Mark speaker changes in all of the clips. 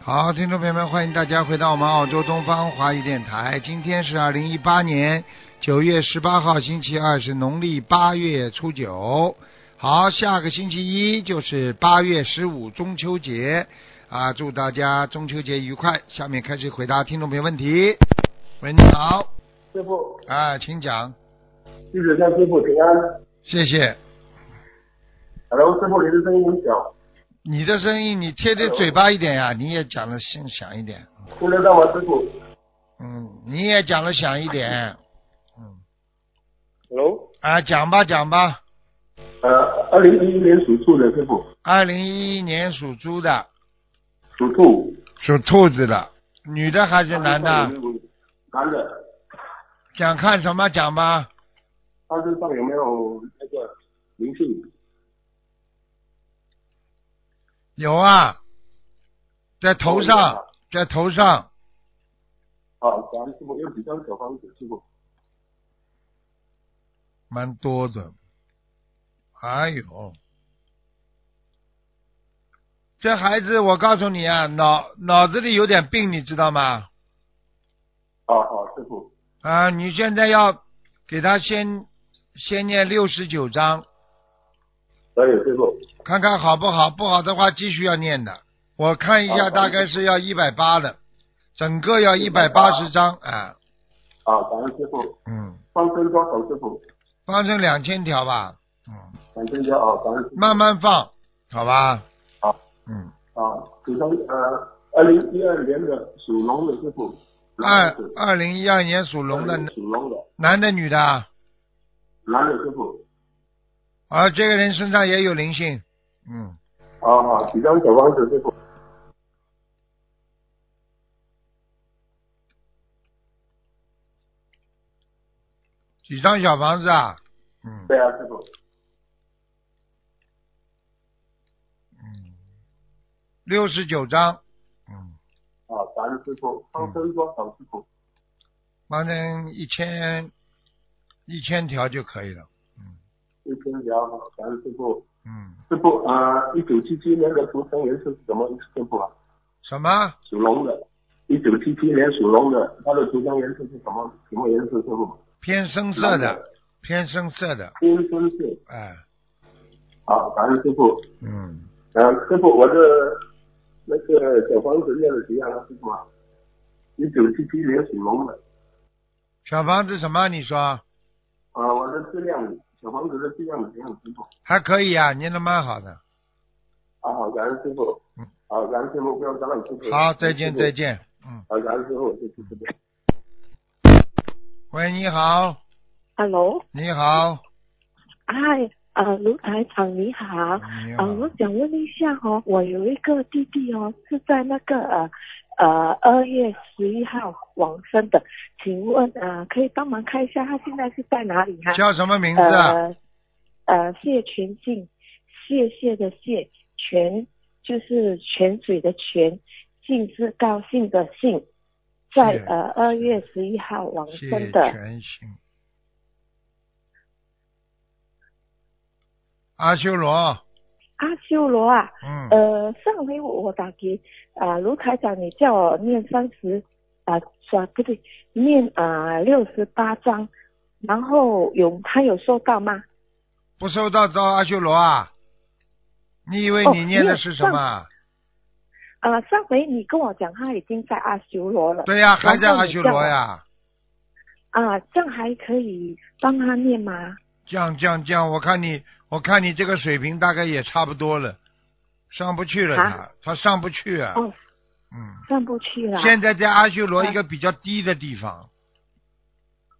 Speaker 1: 好，听众朋友们，欢迎大家回到我们澳洲东方华语电台。今天是二零一八年九月十八号，星期二，是农历八月初九。好，下个星期一就是八月十五中秋节啊，祝大家中秋节愉快。下面开始回答听众朋友问题。喂，你好，
Speaker 2: 师傅，
Speaker 1: 啊，请讲，
Speaker 2: 弟子向师傅请安。
Speaker 1: 谢谢。
Speaker 2: Hello，师傅，您的声音很小，
Speaker 1: 你的声音，你贴着嘴巴一点呀、你也讲的声响一点，
Speaker 2: 听得到吗？师傅
Speaker 1: 嗯，你也讲的响一点，嗯，
Speaker 2: ？Hello，
Speaker 1: 啊，讲吧讲吧。
Speaker 2: 呃，二零一一年属兔的师傅，
Speaker 1: 二零一一年属猪的，
Speaker 2: 属兔，
Speaker 1: 属兔子的，女的还是男的？啊
Speaker 2: 男的，
Speaker 1: 想看什么讲吧？
Speaker 2: 他身上有没有那个灵性？
Speaker 1: 有啊，在头上，在头上，
Speaker 2: 啊，感恩师傅有几张小方子，师傅。
Speaker 1: 蛮多的。哎呦，这孩子，我告诉你啊，脑脑子里有点病，你知道吗？
Speaker 2: 啊，好，师傅，
Speaker 1: 啊，你现在要给他先先念六十九章，
Speaker 2: 可以，师傅，
Speaker 1: 看看好不好，不好的话继续要念的。我看一下，
Speaker 2: 好
Speaker 1: 大概是要一百八的，整个要一百八十张啊。
Speaker 2: 啊，感恩师傅，
Speaker 1: 嗯，
Speaker 2: 放生多少师傅？
Speaker 1: 放成两千条吧，嗯，
Speaker 2: 感谢家啊，感恩师傅。
Speaker 1: 慢慢放，好吧？
Speaker 2: 好，
Speaker 1: 嗯，
Speaker 2: 啊，几张呃，二零一二年的属龙的师傅，
Speaker 1: 二
Speaker 2: 男的
Speaker 1: 二零一二年属龙的
Speaker 2: 属龙的，
Speaker 1: 男的女的啊，
Speaker 2: 男的师傅。
Speaker 1: 啊，这个人身上也有灵性，嗯，
Speaker 2: 啊，好，几张小房子师傅？
Speaker 1: 几张小房子啊？嗯，
Speaker 2: 对啊，师傅。
Speaker 1: 六十九张，嗯，
Speaker 2: 啊，感恩师傅，放生多少师傅？
Speaker 1: 放成一千一千条就可以了，
Speaker 2: 一千条，感恩师傅。
Speaker 1: 嗯，
Speaker 2: 师傅，啊，一九七七年的图腾颜色是什么？师傅啊，
Speaker 1: 什么？
Speaker 2: 属龙的。一九七七年属龙的，它的图腾颜色是什么？什么颜色？师傅？
Speaker 1: 偏深色
Speaker 2: 蓝
Speaker 1: 的
Speaker 2: 的，
Speaker 1: 偏深色的，
Speaker 2: 天生色。
Speaker 1: 哎，
Speaker 2: 啊，感恩师傅。
Speaker 1: 嗯，
Speaker 2: 呃，师傅，我的那个小房子念了几样了，师傅啊？一九七七年属龙的，
Speaker 1: 小房子什么？你说
Speaker 2: 啊，我的质量，小房子的质量怎么样，师傅？
Speaker 1: 还可以啊，念的蛮好的。
Speaker 2: 啊，好，感恩师傅
Speaker 1: 嗯。
Speaker 2: 好，感恩师傅，不要打扰师傅。
Speaker 1: 好，再见，再
Speaker 2: 见。
Speaker 1: 见。嗯，
Speaker 2: 好，感恩师傅，谢谢师傅。
Speaker 1: 喂，你好，
Speaker 3: Hello，
Speaker 1: 你好，
Speaker 3: 嗨，呃，卢台长你好，
Speaker 1: 嗯你好
Speaker 3: 呃，，我想问一下哦，我有一个弟弟哦，是在那个呃呃二月十一号往生的，请问呃可以帮忙看一下他现在是在哪里哈、
Speaker 1: 叫什么名字啊？
Speaker 3: 呃呃，谢全静，谢谢的谢，泉就是泉水的泉，静是高兴的兴，在
Speaker 1: 谢
Speaker 3: 呃二月十一号往
Speaker 1: 谢
Speaker 3: 生的。
Speaker 1: 全兴，阿修罗，
Speaker 3: 阿修罗啊，
Speaker 1: 嗯，
Speaker 3: 呃，上回我我打给啊、卢台长，你叫我念三十啊，是啊，不对，念啊六十八章，然后有他有收到吗？
Speaker 1: 不收到到阿修罗啊？你以为
Speaker 3: 哦
Speaker 1: 你念的
Speaker 3: 念
Speaker 1: 是什
Speaker 3: 上
Speaker 1: 么啊？
Speaker 3: 啊、上回你跟我讲他已经在阿修罗了，
Speaker 1: 对呀，还在
Speaker 3: 然后
Speaker 1: 阿
Speaker 3: 你
Speaker 1: 修
Speaker 3: 叫
Speaker 1: 罗
Speaker 3: 我
Speaker 1: 呀。
Speaker 3: 啊、这样还可以帮他念吗？
Speaker 1: 降降降！我看你，我看你这个水平大概也差不多了，上不去了他，
Speaker 3: 啊
Speaker 1: 他上不去啊。
Speaker 3: 哦，
Speaker 1: 嗯，
Speaker 3: 上不去了，
Speaker 1: 现在在阿修罗
Speaker 3: 啊
Speaker 1: 一个比较低的地方，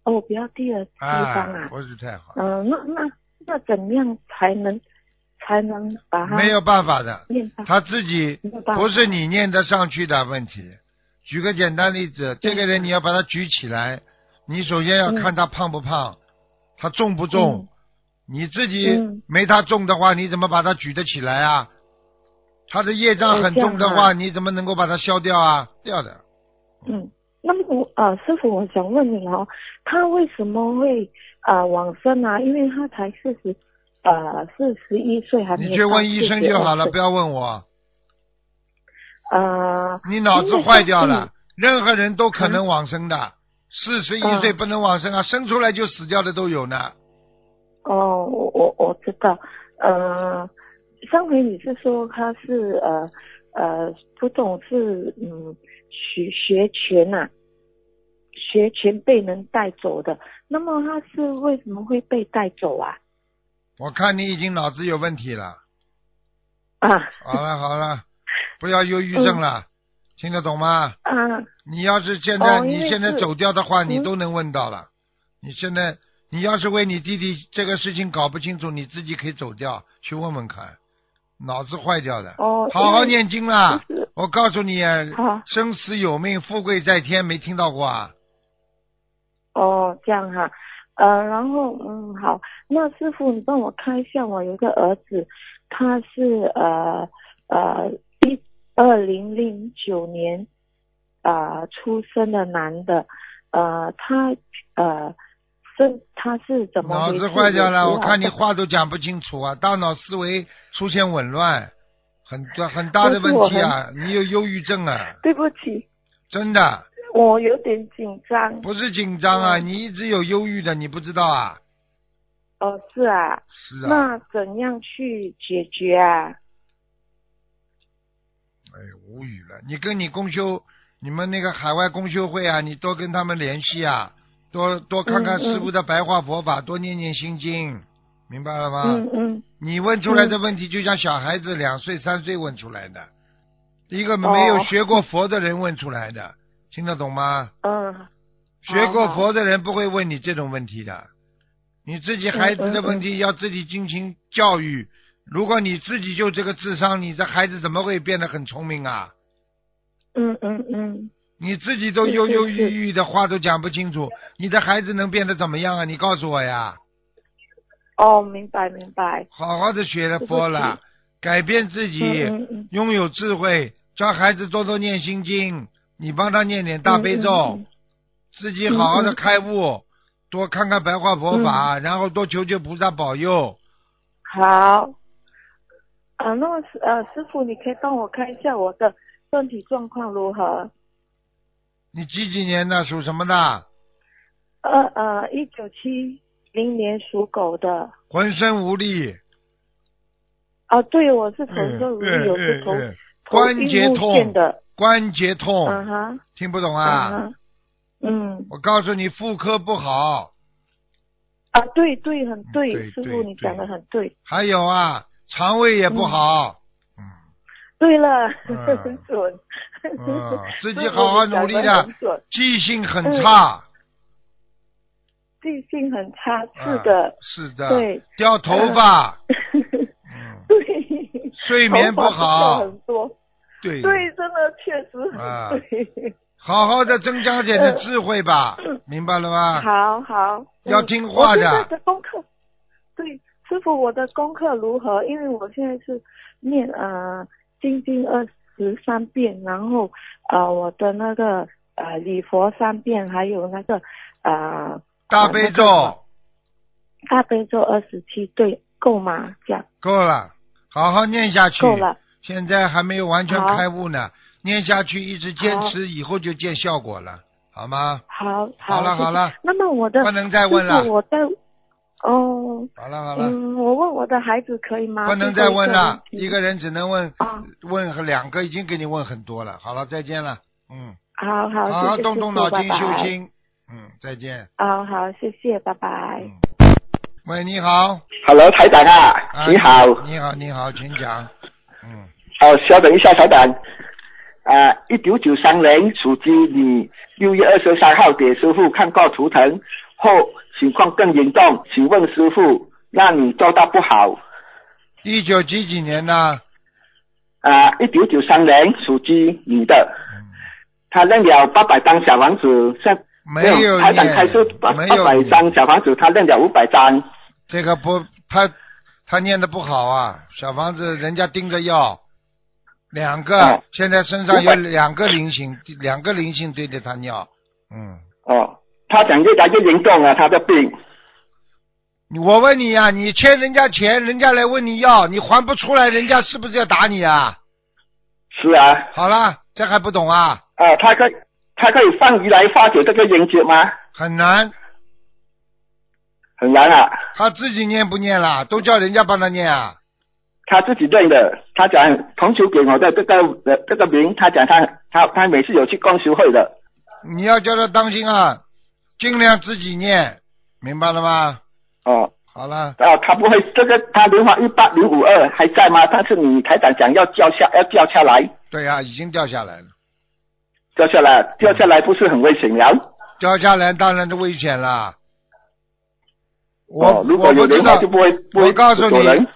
Speaker 3: 哦，不要低的地方
Speaker 1: 哎，
Speaker 3: 啊，
Speaker 1: 不是太好，
Speaker 3: 嗯、那那那怎样才能才能把它
Speaker 1: 没有办法的，
Speaker 3: 念到？
Speaker 1: 他自己
Speaker 3: 没有办法
Speaker 1: 不是你念得上去的问题。举个简单例子，这个人你要把他举起来，你首先要
Speaker 3: 嗯
Speaker 1: 看他胖不胖，他重不重，你自己
Speaker 3: 嗯
Speaker 1: 没他重的话，你怎么把他举得起来啊？他的业障
Speaker 3: 哦
Speaker 1: 很
Speaker 3: 这样
Speaker 1: 重的
Speaker 3: 啊
Speaker 1: 话，你怎么能够把它消掉啊？掉的，
Speaker 3: 嗯，那么我呃，师傅，我想问你哦，他为什么会呃往生啊？因为他才四十，呃，四十一岁还没
Speaker 1: 你
Speaker 3: 有
Speaker 1: 去
Speaker 3: 到
Speaker 1: 问医生就好了，
Speaker 3: 42
Speaker 1: 不要问我。
Speaker 3: 岁呃，
Speaker 1: 你脑子坏掉了，任何人都可能往生的。四十一
Speaker 3: 嗯
Speaker 1: 岁不能往生啊，生出来就死掉的都有呢。
Speaker 3: 哦，我我我知道，呃，上回你是说他是呃呃不懂事，嗯，学学权呐、学权被人带走的，那么他是为什么会被带走啊？
Speaker 1: 我看你已经脑子有问题了。
Speaker 3: 啊
Speaker 1: 好了好了，不要忧郁症
Speaker 3: 嗯
Speaker 1: 了，听得懂吗？
Speaker 3: 啊
Speaker 1: 你要是现在、
Speaker 3: 哦因为
Speaker 1: 你现在
Speaker 3: 是
Speaker 1: 走掉的话，
Speaker 3: 嗯
Speaker 1: 你都能问到了。你现在你要是为你弟弟这个事情搞不清楚，你自己可以走掉去问问看，脑子坏掉的。
Speaker 3: 哦，
Speaker 1: 好好
Speaker 3: 因为
Speaker 1: 念经啦！
Speaker 3: 就是
Speaker 1: 我告诉你，啊
Speaker 3: 好
Speaker 1: 生死有命，富贵在天，没听到过啊？
Speaker 3: 哦，这样哈、呃，然后嗯，好，那师傅你帮我看一下，我有一个儿子，他是呃呃一二零零九年啊、呃、出生的男的，呃，他呃身他是怎么
Speaker 1: 脑
Speaker 3: 回事？
Speaker 1: 子坏掉了，
Speaker 3: 有
Speaker 1: 我看你
Speaker 3: 多少
Speaker 1: 话都讲不清楚啊，大脑思维出现紊乱，很大很大的
Speaker 3: 不是我
Speaker 1: 问题啊！你有忧郁症啊，
Speaker 3: 对不起，
Speaker 1: 真的
Speaker 3: 我有点紧张。
Speaker 1: 不是紧张啊，
Speaker 3: 嗯
Speaker 1: 你一直有忧郁的，你不知道啊？
Speaker 3: 哦，是啊，
Speaker 1: 是啊，
Speaker 3: 那怎样去解决啊？
Speaker 1: 哎，无语了。你跟你公修，你们那个海外公修会啊，你多跟他们联系啊，多多看看
Speaker 3: 嗯
Speaker 1: 师傅的白话佛法，多念念心经，明白了吗？
Speaker 3: 嗯嗯，
Speaker 1: 你问出来的问题就像小孩子两岁、三岁问出来的，一个没有
Speaker 3: 哦
Speaker 1: 学过佛的人问出来的，听得懂吗？
Speaker 3: 嗯
Speaker 1: 学过佛的人不会问你这种问题的。你自己孩子的问
Speaker 3: 嗯
Speaker 1: 题要自己进行教育。如果你自己就这个智商，你这孩子怎么会变得很聪明啊？
Speaker 3: 嗯嗯嗯，
Speaker 1: 你自己都
Speaker 3: 是
Speaker 1: 忧忧
Speaker 3: 是
Speaker 1: 郁
Speaker 3: 是
Speaker 1: 郁的，话都讲不清 楚，你的孩子能变得怎么样啊？你告诉我呀。
Speaker 3: 哦，明白明白。
Speaker 1: 好好的学了
Speaker 3: 对不
Speaker 1: 佛了
Speaker 3: 起，
Speaker 1: 改变自己，
Speaker 3: 嗯嗯嗯
Speaker 1: 拥有智慧，教孩子多多念心经，你帮他念点大悲咒，
Speaker 3: 嗯嗯
Speaker 1: 自己好好的开悟，多看看白话佛法，然后多求求菩萨保佑。
Speaker 3: 好，啊，那么师呃，师傅，你可以帮我看一下我的身体状况如何？
Speaker 1: 你几几年的，属什么的？
Speaker 3: 呃呃，一九七零年属狗的。
Speaker 1: 浑身无力，
Speaker 3: 啊，对，我是头周如
Speaker 1: 嗯嗯
Speaker 3: 有是头、
Speaker 1: 嗯嗯
Speaker 3: 头
Speaker 1: 关节
Speaker 3: 晕目眩
Speaker 1: 痛，
Speaker 3: 的。
Speaker 1: 关节痛，
Speaker 3: 嗯哈，
Speaker 1: 听不懂啊？
Speaker 3: 嗯哈，嗯
Speaker 1: 我告诉你，妇科不好，
Speaker 3: 啊，对对，很对，
Speaker 1: 嗯对
Speaker 3: 师
Speaker 1: 对
Speaker 3: 傅你讲的
Speaker 1: 对
Speaker 3: 很对。
Speaker 1: 还有啊，肠胃也不
Speaker 3: 嗯
Speaker 1: 好。嗯
Speaker 3: 对了，
Speaker 1: 嗯
Speaker 3: 很准。
Speaker 1: 嗯 自己
Speaker 3: 师傅
Speaker 1: 好好
Speaker 3: 你讲
Speaker 1: 努力
Speaker 3: 得
Speaker 1: 的
Speaker 3: 很准
Speaker 1: 记性很差，
Speaker 3: 记性很差，是
Speaker 1: 嗯
Speaker 3: 的，
Speaker 1: 是的，
Speaker 3: 对，
Speaker 1: 掉头发，嗯，
Speaker 3: 对，
Speaker 1: 睡眠不
Speaker 3: 头发
Speaker 1: 好
Speaker 3: 不是，很多。
Speaker 1: 对，
Speaker 3: 对，真的确实
Speaker 1: 啊
Speaker 3: 很对。
Speaker 1: 好好的增加点的智慧吧，明白了吗？
Speaker 3: 嗯 好好，
Speaker 1: 要
Speaker 3: 嗯
Speaker 1: 听话
Speaker 3: 啊我
Speaker 1: 的
Speaker 3: 现在的功课，对，师傅，我的功课如何？因为我现在是念呃《金经二十三遍，然后呃我的那个呃礼佛三遍，还有那个呃
Speaker 1: 大悲咒
Speaker 3: 大悲咒二十七，对，够吗？这样
Speaker 1: 够了，好好念下去。
Speaker 3: 够了。
Speaker 1: 现在还没有完全
Speaker 3: 好
Speaker 1: 开悟呢，念下去一直坚持，以后就见效果了，好吗？
Speaker 3: 好，
Speaker 1: 好了
Speaker 3: 谢谢
Speaker 1: 好了
Speaker 3: 那么我的
Speaker 1: 不能再问了
Speaker 3: 师傅，我在哦。
Speaker 1: 好了好了，
Speaker 3: 嗯，我问我的孩子可以吗？
Speaker 1: 不能再问了，
Speaker 3: 最后
Speaker 1: 一
Speaker 3: 一
Speaker 1: 个
Speaker 3: 个
Speaker 1: 人只能问
Speaker 3: 啊，
Speaker 1: 问和两个，已经给你问很多了。好了，再见了，嗯。
Speaker 3: 好好，
Speaker 1: 好
Speaker 3: 谢
Speaker 1: 好
Speaker 3: 谢
Speaker 1: 动
Speaker 3: 师
Speaker 1: 动
Speaker 3: 傅
Speaker 1: 脑筋
Speaker 3: 拜
Speaker 1: 修
Speaker 3: 拜
Speaker 1: 心。嗯，再见。
Speaker 3: 啊、好，谢谢，拜拜。
Speaker 1: 嗯。喂，你好。
Speaker 4: Hello，台长啊，
Speaker 1: 啊
Speaker 4: 你好。
Speaker 1: 你好，你好，请讲。嗯，
Speaker 4: 哦，稍等一下，台长。啊，一九九三年属鸡女，六月二十三号给师傅看过图腾后，情况更严重，请问师傅，那你做到不好？
Speaker 1: 一九几几年呢？
Speaker 4: 啊，一九九三年属鸡女的，
Speaker 1: 嗯，
Speaker 4: 她认了八百张小房子，现嗯
Speaker 1: 没有
Speaker 4: 台长
Speaker 1: 念
Speaker 4: 开出八
Speaker 1: 没
Speaker 4: 八
Speaker 1: 有
Speaker 4: 百
Speaker 1: 念
Speaker 4: 张小房子，她认了五百张。
Speaker 1: 这个不，他他念的不好啊。小房子人家盯着要，两个、
Speaker 4: 哦
Speaker 1: 现在身上有
Speaker 4: 500
Speaker 1: 两个灵性，两个灵性对着他尿。嗯，
Speaker 4: 哦，她讲越来越严重啊，她的病。
Speaker 1: 我问你呀、你欠人家钱，人家来问你要，你还不出来，人家是不是要打你啊？
Speaker 4: 是啊，
Speaker 1: 好啦，这还不懂啊？
Speaker 4: 啊，他可以他可以放鱼来化解这个冤结吗？
Speaker 1: 很难，
Speaker 4: 很难啊，
Speaker 1: 他自己念不念啦？都叫人家帮他念啊？
Speaker 4: 他自己认的。他讲同学给我的这个呃这个名，他讲他他他每次有去共修会的。
Speaker 1: 你要叫他当心啊，尽量自己念，明白了吗？
Speaker 4: 哦，
Speaker 1: 好了，
Speaker 4: 啊，他不会这个他零花一八零五二还在吗？但是你台长讲要掉下要掉下来，
Speaker 1: 对呀、已经掉下来了，
Speaker 4: 掉下来掉下来不是很危险了？
Speaker 1: 掉下来当然就危险啦。我、
Speaker 4: 哦，如果
Speaker 1: 我
Speaker 4: 有
Speaker 1: 不知
Speaker 4: 零花
Speaker 1: 道
Speaker 4: 就，不会不会
Speaker 1: 我告诉
Speaker 4: 有人
Speaker 1: 你，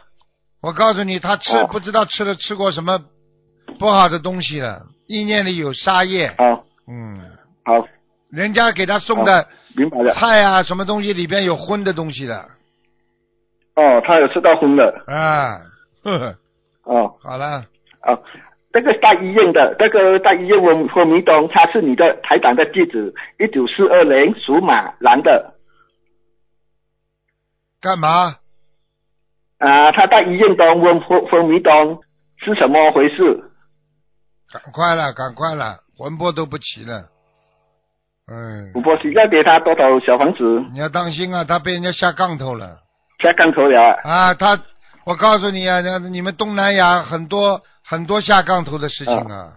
Speaker 1: 我告诉你，他吃、
Speaker 4: 哦
Speaker 1: 不知道吃了吃过什么不好的东西了，意念里有杀业，
Speaker 4: 哦，
Speaker 1: 嗯，
Speaker 4: 好，
Speaker 1: 人家给他送的
Speaker 4: 明白了。
Speaker 1: 菜啊，什么东西里边有荤的东西的，
Speaker 4: 哦，他有吃到荤的。
Speaker 1: 啊，呵呵，
Speaker 4: 哦
Speaker 1: 好了，
Speaker 4: 哦，这个大医院的，这个大医院文昏迷东，他是你的台长的弟子，一九四二年属马男的。
Speaker 1: 干嘛？
Speaker 4: 啊，他在医院东昏昏昏迷东是什么回事？
Speaker 1: 赶快了，赶快了，魂魄都不齐了，嗯，
Speaker 4: 我波西要给他多少小房子？
Speaker 1: 你要当心啊，他被人家下杠头了。
Speaker 4: 下杠头了啊。
Speaker 1: 啊，他，我告诉你啊，那你们东南亚很多很多下杠头的事情啊，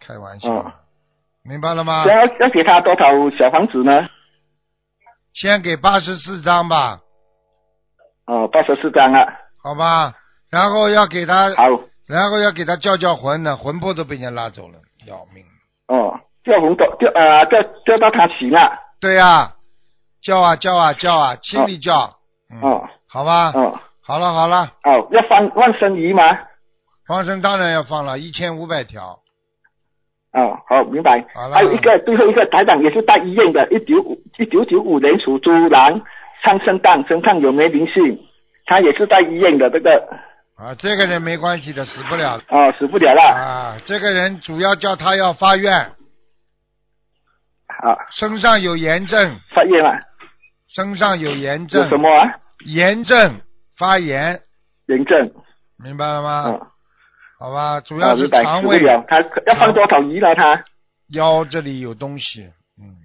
Speaker 1: 开玩笑，
Speaker 4: 嗯
Speaker 1: 明白了吗？
Speaker 4: 啊要要给他多少小房子呢？
Speaker 1: 先给八十四张吧，
Speaker 4: 哦，八十四张啊。
Speaker 1: 好吧，然后要给他，
Speaker 4: 好，
Speaker 1: 然后要给他叫叫魂呢，魂魄都被人家拉走了，要命。
Speaker 4: 哦，叫红豆，叫啊，叫叫到他醒啊了。
Speaker 1: 对呀、叫啊叫啊叫啊，心里叫，嗯，
Speaker 4: 哦
Speaker 1: 好吧，
Speaker 4: 哦
Speaker 1: 好了好了，
Speaker 4: 哦，要放万生鱼吗？
Speaker 1: 放生当然要放了，一千五百条，
Speaker 4: 哦，好，明白
Speaker 1: 好。了
Speaker 4: 还有一个最后一个台长也是在医院的，一九五一九九五年属猪狼，上升档身上有没灵性？他也是在医院的，这个
Speaker 1: 啊，这个人没关系的，死不了的
Speaker 4: 哦死不了了。
Speaker 1: 啊，这个人主要叫他要发愿，啊
Speaker 4: 好，
Speaker 1: 身上有炎症，
Speaker 4: 啊发炎了，
Speaker 1: 身上有炎
Speaker 4: 有
Speaker 1: 症
Speaker 4: 什，么啊？
Speaker 1: 炎症发炎，
Speaker 4: 炎症。
Speaker 1: 明白了吗？
Speaker 4: 嗯，
Speaker 1: 好吧，啊主
Speaker 4: 哦，
Speaker 1: 要是
Speaker 4: 明白，
Speaker 1: 肠
Speaker 4: 死不
Speaker 1: 胃、
Speaker 4: 了。他要放多少鱼了？他
Speaker 1: 腰这里有东西，嗯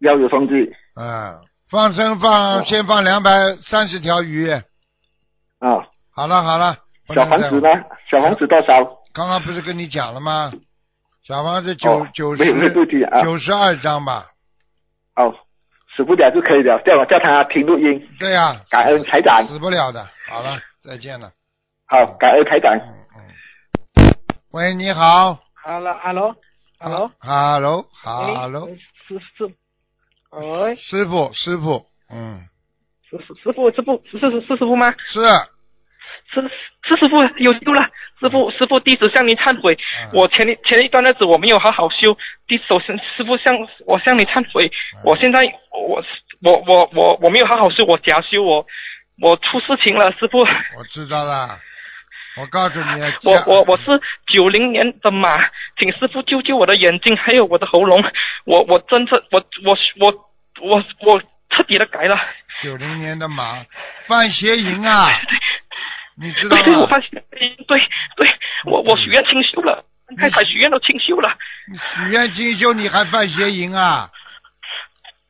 Speaker 4: 要有通知。
Speaker 1: 啊，放生放、
Speaker 4: 哦
Speaker 1: 先放两百三十条鱼，
Speaker 4: 哦，
Speaker 1: 好了好了，不
Speaker 4: 小
Speaker 1: 能
Speaker 4: 房
Speaker 1: 再
Speaker 4: 子呢？小房子多少？
Speaker 1: 刚刚不是跟你讲了吗？小房子九
Speaker 4: 哦
Speaker 1: 九
Speaker 4: 没有没有
Speaker 1: 十
Speaker 4: 对不起啊。
Speaker 1: 九十二张吧，
Speaker 4: 哦，死不了就可以了，叫我叫他听录音，
Speaker 1: 对呀、
Speaker 4: 感恩台长。
Speaker 1: 死不了的。好了，再见了。
Speaker 4: 好，感恩台长。
Speaker 1: 嗯嗯。喂，你好。
Speaker 5: Hello，Hello，Hello，
Speaker 1: 啊
Speaker 5: 哎
Speaker 1: Hello，Hello，
Speaker 5: 师师，喂，
Speaker 1: 师傅，师傅，嗯，
Speaker 5: 师师师傅，师傅，哎是是是师傅吗？
Speaker 1: 是，
Speaker 5: 师师师傅有救了，师傅师傅，弟子向您忏悔，
Speaker 1: 嗯
Speaker 5: 我前一前一段日子我没有好好修，弟首先师傅向我向你忏悔，我现在我我我我我没有好好修，我假修我我出事情了，师傅，
Speaker 1: 我知道了。我告诉你，
Speaker 5: 我
Speaker 1: 这
Speaker 5: 我我是九零年的马，请师傅救救我的眼睛，还有我的喉咙，我我真正我我我我我彻底的改了。
Speaker 1: 九零年的马犯邪淫啊，你知道嗯
Speaker 5: 对对，我
Speaker 1: 吗？
Speaker 5: 发现，对对，我我许愿清修了，
Speaker 1: 嗯
Speaker 5: 太太许愿都清修了，
Speaker 1: 你许愿进修你还犯邪淫啊？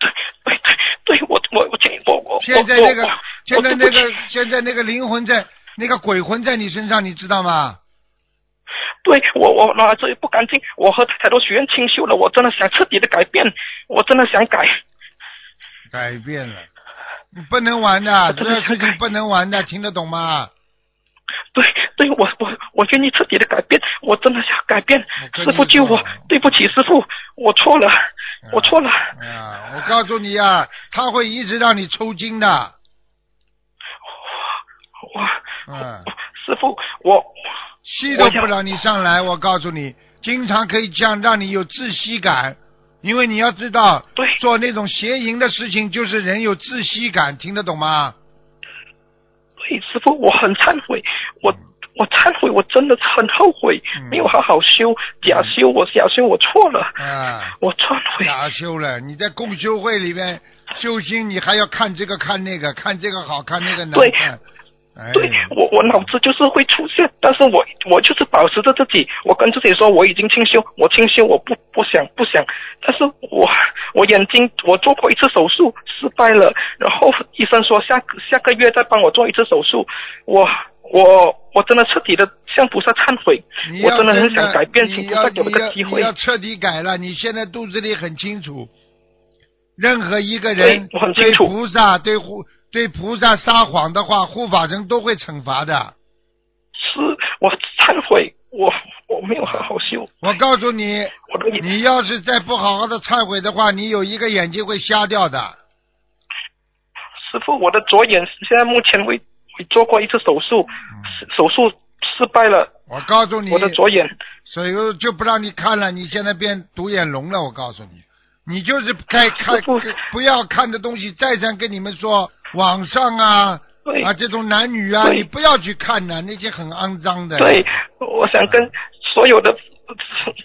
Speaker 5: 对对对，对我我我清我我
Speaker 1: 现在那个
Speaker 5: 我
Speaker 1: 现
Speaker 5: 我
Speaker 1: 在那
Speaker 5: 我对
Speaker 1: 个现在那个灵魂在那个鬼魂在你身上，你知道吗？
Speaker 5: 对我我脑子不干净，我和太太都许愿清修了，我真的想彻底的改变，我真的想改，
Speaker 1: 改变了，你不能玩的，这个
Speaker 5: 真的
Speaker 1: 事
Speaker 5: 想改
Speaker 1: 情不能玩的，听得懂吗？
Speaker 5: 对对，我我我愿意彻底的改变，我真的想改变，
Speaker 1: 我跟
Speaker 5: 师
Speaker 1: 你
Speaker 5: 傅救
Speaker 1: 说
Speaker 5: 我，对不起师傅，我错了，我错了，
Speaker 1: 啊，我告诉你啊，他会一直让你抽筋的。
Speaker 5: 哇，
Speaker 1: 嗯，
Speaker 5: 师傅我
Speaker 1: 气都不让你上来，我告诉你，经常可以这样让你有窒息感，因为你要知道，
Speaker 5: 对
Speaker 1: 做那种邪淫的事情就是人有窒息感，听得懂吗？
Speaker 5: 对，师傅，我很忏悔，我我忏悔，我真的很后悔，
Speaker 1: 嗯
Speaker 5: 没有好好修，假修，我假修，我错了，
Speaker 1: 啊，
Speaker 5: 我忏悔。
Speaker 1: 假修了，你在共修会里面修心，你还要看这个看那个，看这个好看那个难
Speaker 5: 对
Speaker 1: 看，哎，
Speaker 5: 对我，我脑子就是会出现，但是我我就是保持着自己，我跟自己说我已经清修，我清修，我不不想不想，但是我我眼睛我做过一次手术失败了，然后医生说下个下个月再帮我做一次手术，我我我真的彻底的向菩萨忏悔，
Speaker 1: 你
Speaker 5: 我
Speaker 1: 要
Speaker 5: 真的很
Speaker 1: 真
Speaker 5: 想
Speaker 1: 的
Speaker 5: 改变，请
Speaker 1: 你
Speaker 5: 菩
Speaker 1: 要
Speaker 5: 萨给我
Speaker 1: 你
Speaker 5: 个
Speaker 1: 要
Speaker 5: 机
Speaker 1: 你
Speaker 5: 会
Speaker 1: 要，彻底改了。你现在肚子里很清楚，任何一个
Speaker 5: 对
Speaker 1: 人
Speaker 5: 我很
Speaker 1: 对
Speaker 5: 清楚
Speaker 1: 菩萨对护对菩萨撒谎的话，护法神都会惩罚的。
Speaker 5: 是我忏悔，我我没有好好修，
Speaker 1: 我告诉你，
Speaker 5: 我的眼
Speaker 1: 你要是再不好好的忏悔的话，你有一个眼睛会瞎掉的。
Speaker 5: 师傅，我的左眼现在目前为为做过一次手术，手术失败了，
Speaker 1: 我告诉嗯你，
Speaker 5: 我的左眼
Speaker 1: 所以就不让你看了。你现在变独眼龙了，我告诉你，你就是该看
Speaker 5: 师父
Speaker 1: 不要看的东西。再三跟你们说，网上啊
Speaker 5: 对、
Speaker 1: 啊这种男女啊，
Speaker 5: 对
Speaker 1: 你不要去看呐、那些很肮脏的。
Speaker 5: 对，我想跟所有的呃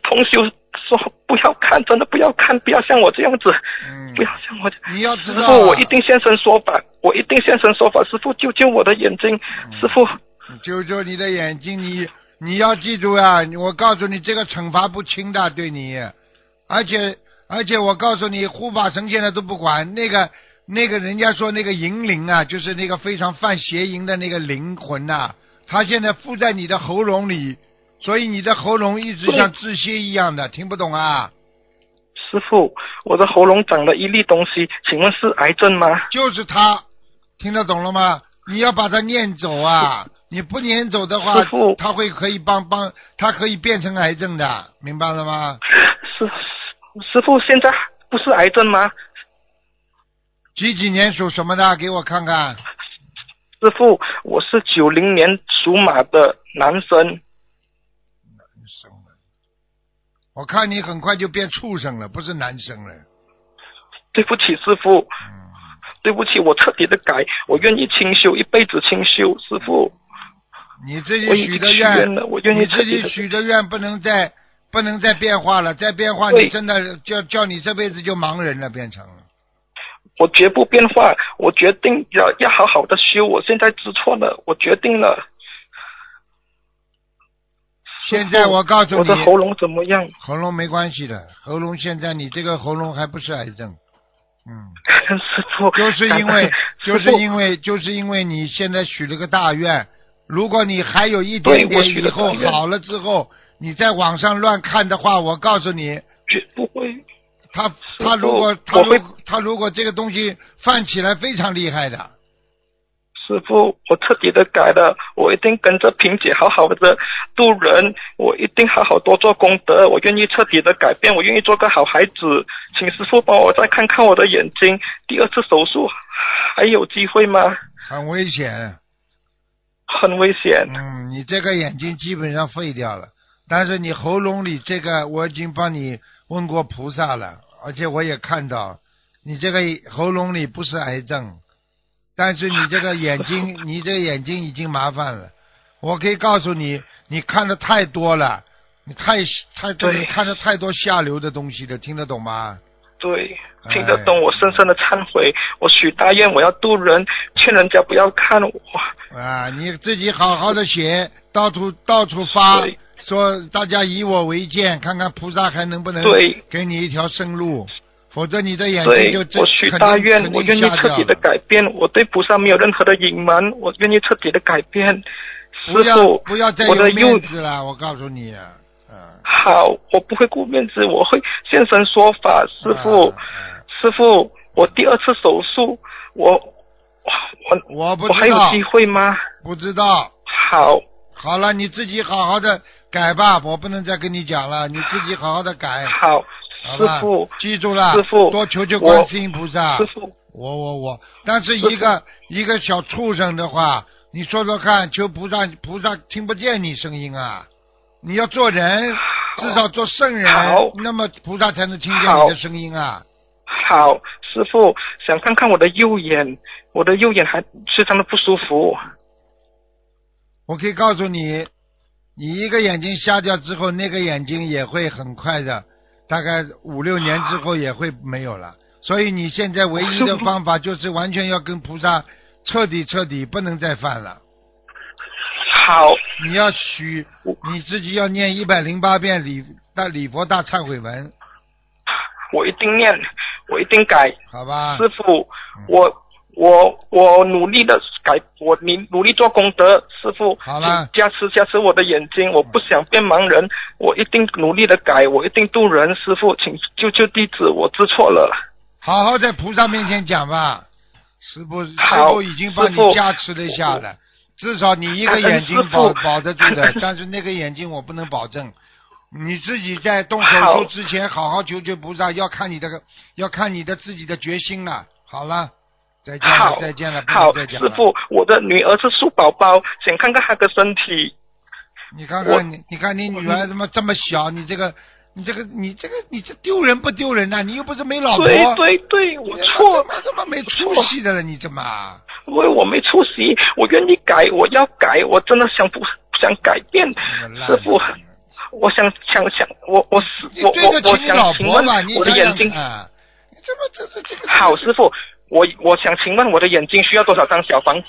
Speaker 5: 同修说，不要看，真的不要看，不要像我这样子，
Speaker 1: 嗯
Speaker 5: 不，要像我这。
Speaker 1: 你要
Speaker 5: 师
Speaker 1: 知道啊、
Speaker 5: 傅，我一定现身说法，我一定现身说法。师傅，救救我的眼睛！
Speaker 1: 嗯
Speaker 5: 师傅，
Speaker 1: 揪揪你的眼睛，你你要记住啊！你我告诉你，这个惩罚不轻的，对你，而且而且我告诉你，护法神现在都不管那个那个人家说那个银灵啊，就是那个非常犯邪淫的那个灵魂呐、他现在附在你的喉咙里，所以你的喉咙一直像窒息一样的，听不懂啊？
Speaker 5: 师傅，我的喉咙长了一粒东西，请问是癌症吗？
Speaker 1: 就是他，听得懂了吗？你要把它念走啊！你不念走的话
Speaker 5: 师父，
Speaker 1: 他会可以帮帮，他可以变成癌症的，明白了吗？
Speaker 5: 师师傅，现在不是癌症吗？
Speaker 1: 几几年属什么的？给我看看。
Speaker 5: 师傅，我是九零年属马的男生，
Speaker 1: 我看你很快就变畜生了，不是男生了。
Speaker 5: 对不起，师傅，对不起，我彻底的改，我愿意清修，一辈子清修，师傅，
Speaker 1: 你自己
Speaker 5: 我已经
Speaker 1: 许的
Speaker 5: 许
Speaker 1: 愿
Speaker 5: 愿了我愿意
Speaker 1: 嗯你自
Speaker 5: 彻底
Speaker 1: 己
Speaker 5: 地
Speaker 1: 许的愿不能再不能再变化了，再变化
Speaker 5: 对
Speaker 1: 你真的叫叫你这辈子就盲人了，变成了。
Speaker 5: 我绝不变化，我决定要要好好的修，我现在知错了，我决定了。师
Speaker 1: 现
Speaker 5: 父
Speaker 1: 在我告诉你，
Speaker 5: 我的喉咙怎么样？
Speaker 1: 喉咙没关系的，喉咙现在你这个喉咙还不是癌症，嗯，
Speaker 5: 师傅，
Speaker 1: 就是因为
Speaker 5: 师
Speaker 1: 就
Speaker 5: 父
Speaker 1: 是因为就是因为你现在许了个大愿，如果你还有一
Speaker 5: 对
Speaker 1: 点点
Speaker 5: 我许
Speaker 1: 以
Speaker 5: 了
Speaker 1: 后
Speaker 5: 大愿
Speaker 1: 好了之后，你在网上乱看的话，我告诉你，
Speaker 5: 绝不会，
Speaker 1: 他
Speaker 5: 师
Speaker 1: 他
Speaker 5: 父
Speaker 1: 如果他
Speaker 5: 我会
Speaker 1: 如他如果这个东西犯起来非常厉害的，
Speaker 5: 师傅，我彻底的改了，我一定跟着萍姐好好的度人，我一定好好多做功德，我愿意彻底的改变，我愿意做个好孩子，请师傅帮我再看看我的眼睛，第二次手术还有机会吗？
Speaker 1: 很危险。
Speaker 5: 很危险，
Speaker 1: 嗯，你这个眼睛基本上废掉了，但是你喉咙里这个我已经帮你问过菩萨了，而且我也看到你这个喉咙里不是癌症，但是你这个眼睛， 你这个眼睛已经麻烦了。我可以告诉你，你看的太多了，你太太多
Speaker 5: 对
Speaker 1: 看的太多下流的东西了，听得懂 吗？
Speaker 5: 对，
Speaker 1: 哎
Speaker 5: 听得懂我深深的忏悔，我许大愿，我要度人，劝人家不要看我，
Speaker 1: 啊，你自己好好的写，到处到处发
Speaker 5: 对，
Speaker 1: 说大家以我为鉴，看看菩萨还能不能
Speaker 5: 对
Speaker 1: 给你一条生路，否则你的眼睛
Speaker 5: 对
Speaker 1: 就，真
Speaker 5: 我许
Speaker 1: 肯定
Speaker 5: 大愿
Speaker 1: 肯，定
Speaker 5: 我愿意
Speaker 1: 瞎
Speaker 5: 彻
Speaker 1: 掉
Speaker 5: 底的
Speaker 1: 了
Speaker 5: 改变，我对菩萨没有任何的隐瞒，我愿意彻底的改变，师
Speaker 1: 不要
Speaker 5: 傅，
Speaker 1: 不要再
Speaker 5: 我
Speaker 1: 有
Speaker 5: 的右
Speaker 1: 面子了，我告诉你，啊，啊
Speaker 5: 好，我不会顾面子，我会现身说法。师傅，
Speaker 1: 啊啊
Speaker 5: 师傅，我第二次手术，我我
Speaker 1: 我不
Speaker 5: 我还
Speaker 1: 知
Speaker 5: 有
Speaker 1: 道
Speaker 5: 机会吗？
Speaker 1: 不知道，
Speaker 5: 好，
Speaker 1: 好了，你自己好好的改吧，我不能再跟你讲了，你自己好好的改，
Speaker 5: 好，
Speaker 1: 哎好
Speaker 5: 师
Speaker 1: 吧啊
Speaker 5: 傅，
Speaker 1: 记住了，
Speaker 5: 师父
Speaker 1: 多求求
Speaker 5: 我
Speaker 1: 观世音菩萨，
Speaker 5: 师傅，
Speaker 1: 我我我，但是一个一个小畜生的话，你说说看，求菩萨，菩萨听不见你声音啊！你要做人，
Speaker 5: 好
Speaker 1: 至少做圣人
Speaker 5: 好，
Speaker 1: 那么菩萨才能听见
Speaker 5: 好
Speaker 1: 你的声音啊！
Speaker 5: 好，师傅，想看看我的右眼，我的右眼还非常的不舒服。
Speaker 1: 我可以告诉你，你一个眼睛瞎掉之后，那个眼睛也会很快的，大概五六年之后也会没有了。所以你现在唯一的方法就是完全要跟菩萨彻底彻底不能再犯了，
Speaker 5: 好，
Speaker 1: 你要许你自己要念一百零八遍礼大礼佛大忏悔文，
Speaker 5: 我一定念，我一定改。
Speaker 1: 好吧？
Speaker 5: 师傅，我我我努力的改，我你努力做功德，师傅，
Speaker 1: 好了
Speaker 5: 请加持加持我的眼睛，我不想变盲人，我一定努力的改，我一定渡人，师傅，请救救弟子，我知错了，
Speaker 1: 好好在菩萨面前讲吧。师傅，师
Speaker 5: 好
Speaker 1: 傅已经帮
Speaker 5: 师
Speaker 1: 你
Speaker 5: 傅
Speaker 1: 加持了一下了，至少你一个眼睛
Speaker 5: 感恩师
Speaker 1: 保
Speaker 5: 傅
Speaker 1: 保得住的，但是那个眼睛我不能保证。你自己在动手术
Speaker 5: 好
Speaker 1: 之前，好好求求菩萨，要看你的个，要看你的自己的决心了。好了，再见了
Speaker 5: 好，
Speaker 1: 再见了，不能
Speaker 5: 好，
Speaker 1: 再讲
Speaker 5: 师
Speaker 1: 了。
Speaker 5: 傅，我的女儿是素宝宝，想看看她的身体，
Speaker 1: 你看
Speaker 5: 我
Speaker 1: 看你，你看你女儿怎么这么小？你这个，你这个，你这个，你这丢人不丢人呐、你又不是没老婆，
Speaker 5: 对对对，我错了
Speaker 1: 怎。么这么没出息的了？你怎么？啊
Speaker 5: 因为我没出息，我愿意改，我要改，我真的想不想改变
Speaker 1: 这么，烂
Speaker 5: 师傅，我想想想，我我
Speaker 1: 你
Speaker 5: 我
Speaker 1: 对得
Speaker 5: 我我
Speaker 1: 起你老
Speaker 5: 想请
Speaker 1: 婆
Speaker 5: 问
Speaker 1: 吧？你
Speaker 5: 我的
Speaker 1: 想
Speaker 5: 眼睛
Speaker 1: 想啊，你这么这这这个
Speaker 5: 好，师傅，我我想请问我的眼睛需要多少张小房子？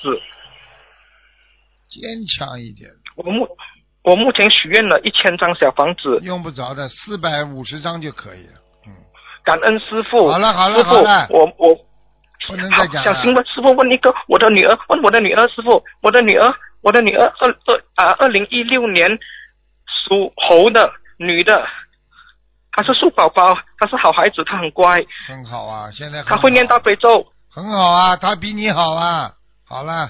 Speaker 1: 坚强一点，
Speaker 5: 我目我目前许愿了一千张小房子，
Speaker 1: 用不着的，四百五十张就可以了。嗯
Speaker 5: 感恩师傅。
Speaker 1: 好了好了
Speaker 5: 师
Speaker 1: 好了
Speaker 5: 傅，我我
Speaker 1: 不能
Speaker 5: 好
Speaker 1: 再讲
Speaker 5: 想请
Speaker 1: 了。
Speaker 5: 问师傅问一个我的女儿，问我的女儿，师傅，我的女儿，我的女儿二二啊，二零一六年属猴的女的，她是树宝宝，她是好孩子，她很乖，
Speaker 1: 很好啊，现在很
Speaker 5: 她会念
Speaker 1: 好
Speaker 5: 大悲咒，
Speaker 1: 很好啊，他比你好啊。好了，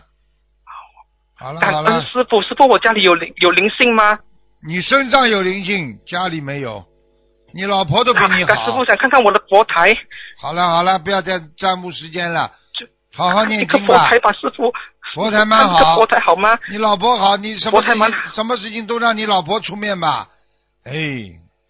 Speaker 1: 好了
Speaker 5: 感
Speaker 1: 啊好
Speaker 5: 恩
Speaker 1: 了，
Speaker 5: 啊师傅，师傅我家里有灵有灵性吗？
Speaker 1: 你身上有灵性，家里没有，你老婆都比你
Speaker 5: 啊师
Speaker 1: 好
Speaker 5: 傅。想看看我的佛台，
Speaker 1: 好了好了，不要再耽误时间了，好好
Speaker 5: 一
Speaker 1: 念
Speaker 5: 啊个
Speaker 1: 经
Speaker 5: 佛
Speaker 1: 吧
Speaker 5: 台。吧，师傅，
Speaker 1: 佛台蛮
Speaker 5: 看一个
Speaker 1: 好
Speaker 5: 佛，台好吗？
Speaker 1: 你老婆好，你什么
Speaker 5: 佛
Speaker 1: 事
Speaker 5: 台
Speaker 1: 情
Speaker 5: 蛮
Speaker 1: 什么事情都让你老婆出面吧。哎，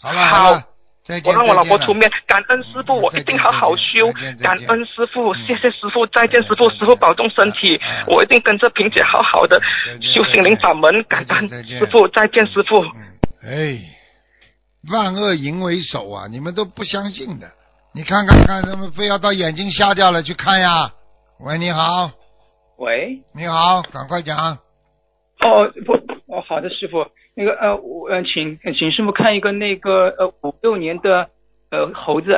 Speaker 1: 好了
Speaker 5: 好
Speaker 1: 了，再见。
Speaker 5: 我让我老婆
Speaker 1: 再见了
Speaker 5: 出。面，感恩师傅，
Speaker 1: 嗯
Speaker 5: 我
Speaker 1: 再见
Speaker 5: 一定好好修
Speaker 1: 再见再见。
Speaker 5: 感恩师傅，
Speaker 1: 嗯
Speaker 5: 谢谢师傅，再
Speaker 1: 再
Speaker 5: 见
Speaker 1: 见
Speaker 5: 师傅，
Speaker 1: 再见
Speaker 5: 师傅保重身体
Speaker 1: 嗯嗯，
Speaker 5: 我一定跟着萍姐好好的
Speaker 1: 再见
Speaker 5: 修心灵法门。
Speaker 1: 再
Speaker 5: 感
Speaker 1: 见
Speaker 5: 恩
Speaker 1: 再见
Speaker 5: 师傅，再见师傅。
Speaker 1: 嗯，哎，万恶淫为首啊，你们都不相信的。你看看看，他们非要到眼睛瞎掉了去看呀。喂，你好，
Speaker 6: 喂，
Speaker 1: 你好，赶快讲。
Speaker 6: 哦不，哦好的，师傅，那个呃，我呃，请呃请师傅看一个那个呃五六年的呃猴子，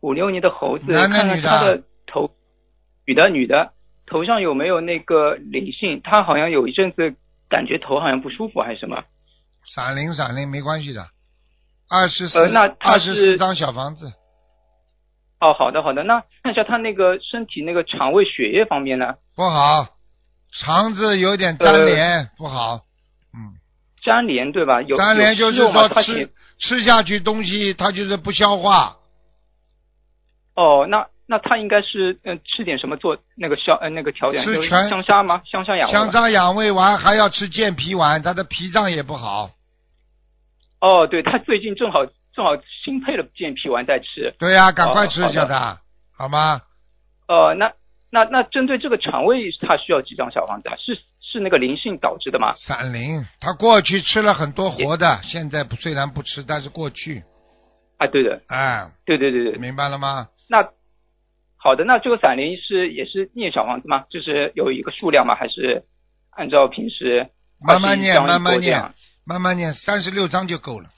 Speaker 6: 五六年的猴子，
Speaker 1: 男的
Speaker 6: 看看
Speaker 1: 女的啊
Speaker 6: 他的头，女的女的头上有没有那个灵性？他好像有一阵子感觉头好像不舒服还是什么？
Speaker 1: 闪灵，闪灵，没关系的。二十四
Speaker 6: 呃那，他
Speaker 1: 二十四
Speaker 6: 是
Speaker 1: 张小房子，
Speaker 6: 哦，好的好的，那看一下他那个身体那个肠胃血液方面呢？
Speaker 1: 不好，肠子有点
Speaker 5: 呃
Speaker 1: 粘连，不好。嗯，
Speaker 6: 粘连对吧？有
Speaker 1: 粘连就是
Speaker 6: 有息肉吗
Speaker 1: 说
Speaker 6: 他
Speaker 1: 吃
Speaker 6: 写
Speaker 1: 吃下去东西，它就是不消化。
Speaker 6: 哦，那那他应该是嗯、呃吃点什么做那个消呃那个调整？
Speaker 1: 是
Speaker 6: 就是
Speaker 1: 全
Speaker 6: 香砂吗？香砂养胃吧
Speaker 1: 香砂养胃丸还要吃健脾丸，它的脾脏也不好。
Speaker 6: 哦，对他最近正好正好新配了健脾丸在吃。
Speaker 1: 对呀、赶快吃
Speaker 6: 哦好的
Speaker 1: 叫它，好吗？
Speaker 6: 呃，那那那针对这个肠胃，他需要几张小房子啊？是是那个灵性导致的吗？
Speaker 1: 闪灵，它过去吃了很多活的，现在不虽然不吃，但是过去，
Speaker 6: 啊，对的，
Speaker 1: 哎，
Speaker 6: 对对对对。
Speaker 1: 明白了吗？
Speaker 6: 那好的，那这个散灵是也是念小房子吗？就是有一个数量吗？还是按照平时
Speaker 1: 慢慢念
Speaker 6: 21张一波
Speaker 1: 慢慢念
Speaker 6: 这样
Speaker 1: 慢慢念，三十六章就够了。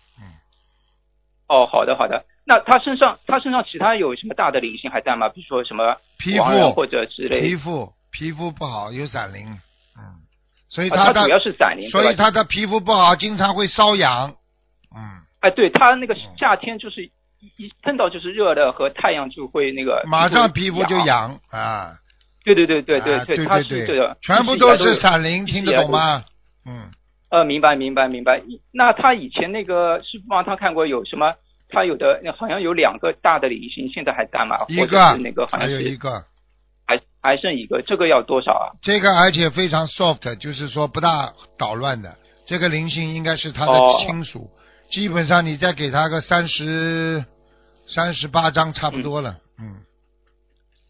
Speaker 6: 哦，好的好的。那他身上他身上其他有什么大的灵性还在吗？比如说什么
Speaker 1: 皮
Speaker 6: 亡人
Speaker 1: 肤
Speaker 6: 或者之类
Speaker 1: 皮
Speaker 6: 的。
Speaker 1: 肤皮肤不好，有闪灵，嗯，所以
Speaker 6: 啊，
Speaker 1: 的、
Speaker 6: 主要是散灵，
Speaker 1: 所
Speaker 6: 对
Speaker 1: 以
Speaker 6: 吧
Speaker 1: 他的皮肤不好，经常会瘙痒，嗯，
Speaker 6: 哎，对他那个夏天就是一一碰到就是热的和太阳就会那个
Speaker 1: 马上皮肤就
Speaker 6: 痒。
Speaker 1: 痒啊，
Speaker 6: 对对对对对
Speaker 1: 啊
Speaker 6: 他
Speaker 1: 对
Speaker 6: 是
Speaker 1: 对
Speaker 6: 这个，
Speaker 1: 全部
Speaker 6: 一直以来
Speaker 1: 都
Speaker 6: 都
Speaker 1: 是。闪灵，
Speaker 6: 一直
Speaker 1: 听
Speaker 6: 以
Speaker 1: 得
Speaker 6: 来
Speaker 1: 懂
Speaker 6: 都
Speaker 1: 吗？嗯，
Speaker 6: 呃，明白明白明白。一那他以前那个师傅帮他看过有什么？他有的好像有两个大的理性，现在还在吗？
Speaker 1: 一
Speaker 6: 或者
Speaker 1: 个
Speaker 6: 是那个好
Speaker 1: 还
Speaker 6: 像
Speaker 1: 有一
Speaker 6: 是
Speaker 1: 个，
Speaker 6: 还还剩一个，这个要多少啊？
Speaker 1: 这个而且非常 soft，就是说不大捣乱的。这个灵性应该是他的
Speaker 6: 哦
Speaker 1: 亲属，基本上你再给他个三十、三十八张差不多了。嗯，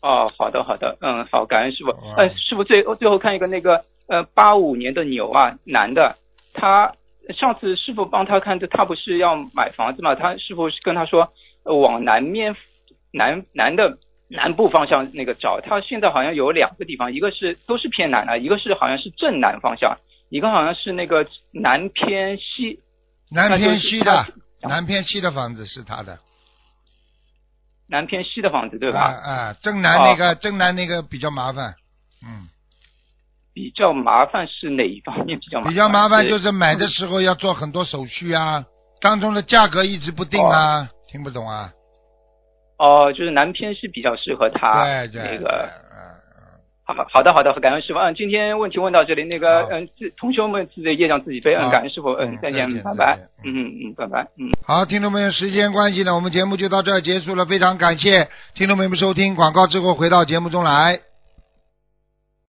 Speaker 6: 哦，好的好的，嗯，好，感恩师傅
Speaker 1: 哇。
Speaker 6: 呃，师傅最最后看一个那个呃八五年的牛啊，男的，他上次师傅帮他看的，他不是要买房子嘛？他师傅是跟他说、呃往南面南南的南部方向那个找，他现在好像有两个地方，一个是都是偏南啊，一个是好像是正南方向，
Speaker 5: 一个好像是那个南偏西，
Speaker 1: 南偏西的
Speaker 5: 那就是，他
Speaker 1: 南偏西的房子是他的，
Speaker 5: 南偏西的房子对
Speaker 1: 啊
Speaker 5: 吧？
Speaker 1: 啊，正南那
Speaker 6: 哦
Speaker 1: 个正南那个比较麻烦，嗯，
Speaker 5: 比较麻烦是哪一方面比较麻烦？
Speaker 1: 比较麻烦就是是买的时候要做很多手续啊，当中的价格一直不定啊，听不懂啊？
Speaker 5: 哦，就是南偏西比较适合他
Speaker 1: 对对，
Speaker 5: 啊那
Speaker 1: 对
Speaker 5: 个
Speaker 1: 嗯嗯
Speaker 5: 好好的好的，感恩师傅。嗯，今天问题问到这里，那个
Speaker 1: 好
Speaker 5: 嗯，自同学们自己的业障自己背。
Speaker 1: 好
Speaker 5: 嗯，感恩师傅。嗯
Speaker 1: 嗯，
Speaker 5: 再见
Speaker 1: 再见，
Speaker 5: 拜拜
Speaker 1: 再见。
Speaker 5: 嗯嗯，拜拜。嗯。
Speaker 1: 好，听众朋友，时间关系呢，我们节目就到这儿结束了，非常感谢听众朋友们收听广告之后回到节目中来。